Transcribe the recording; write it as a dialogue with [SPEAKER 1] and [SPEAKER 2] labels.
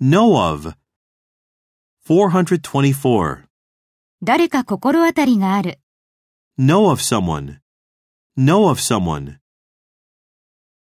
[SPEAKER 1] Know of. 424.
[SPEAKER 2] 誰か心当たりがある。
[SPEAKER 1] Know of someone. Know of someone.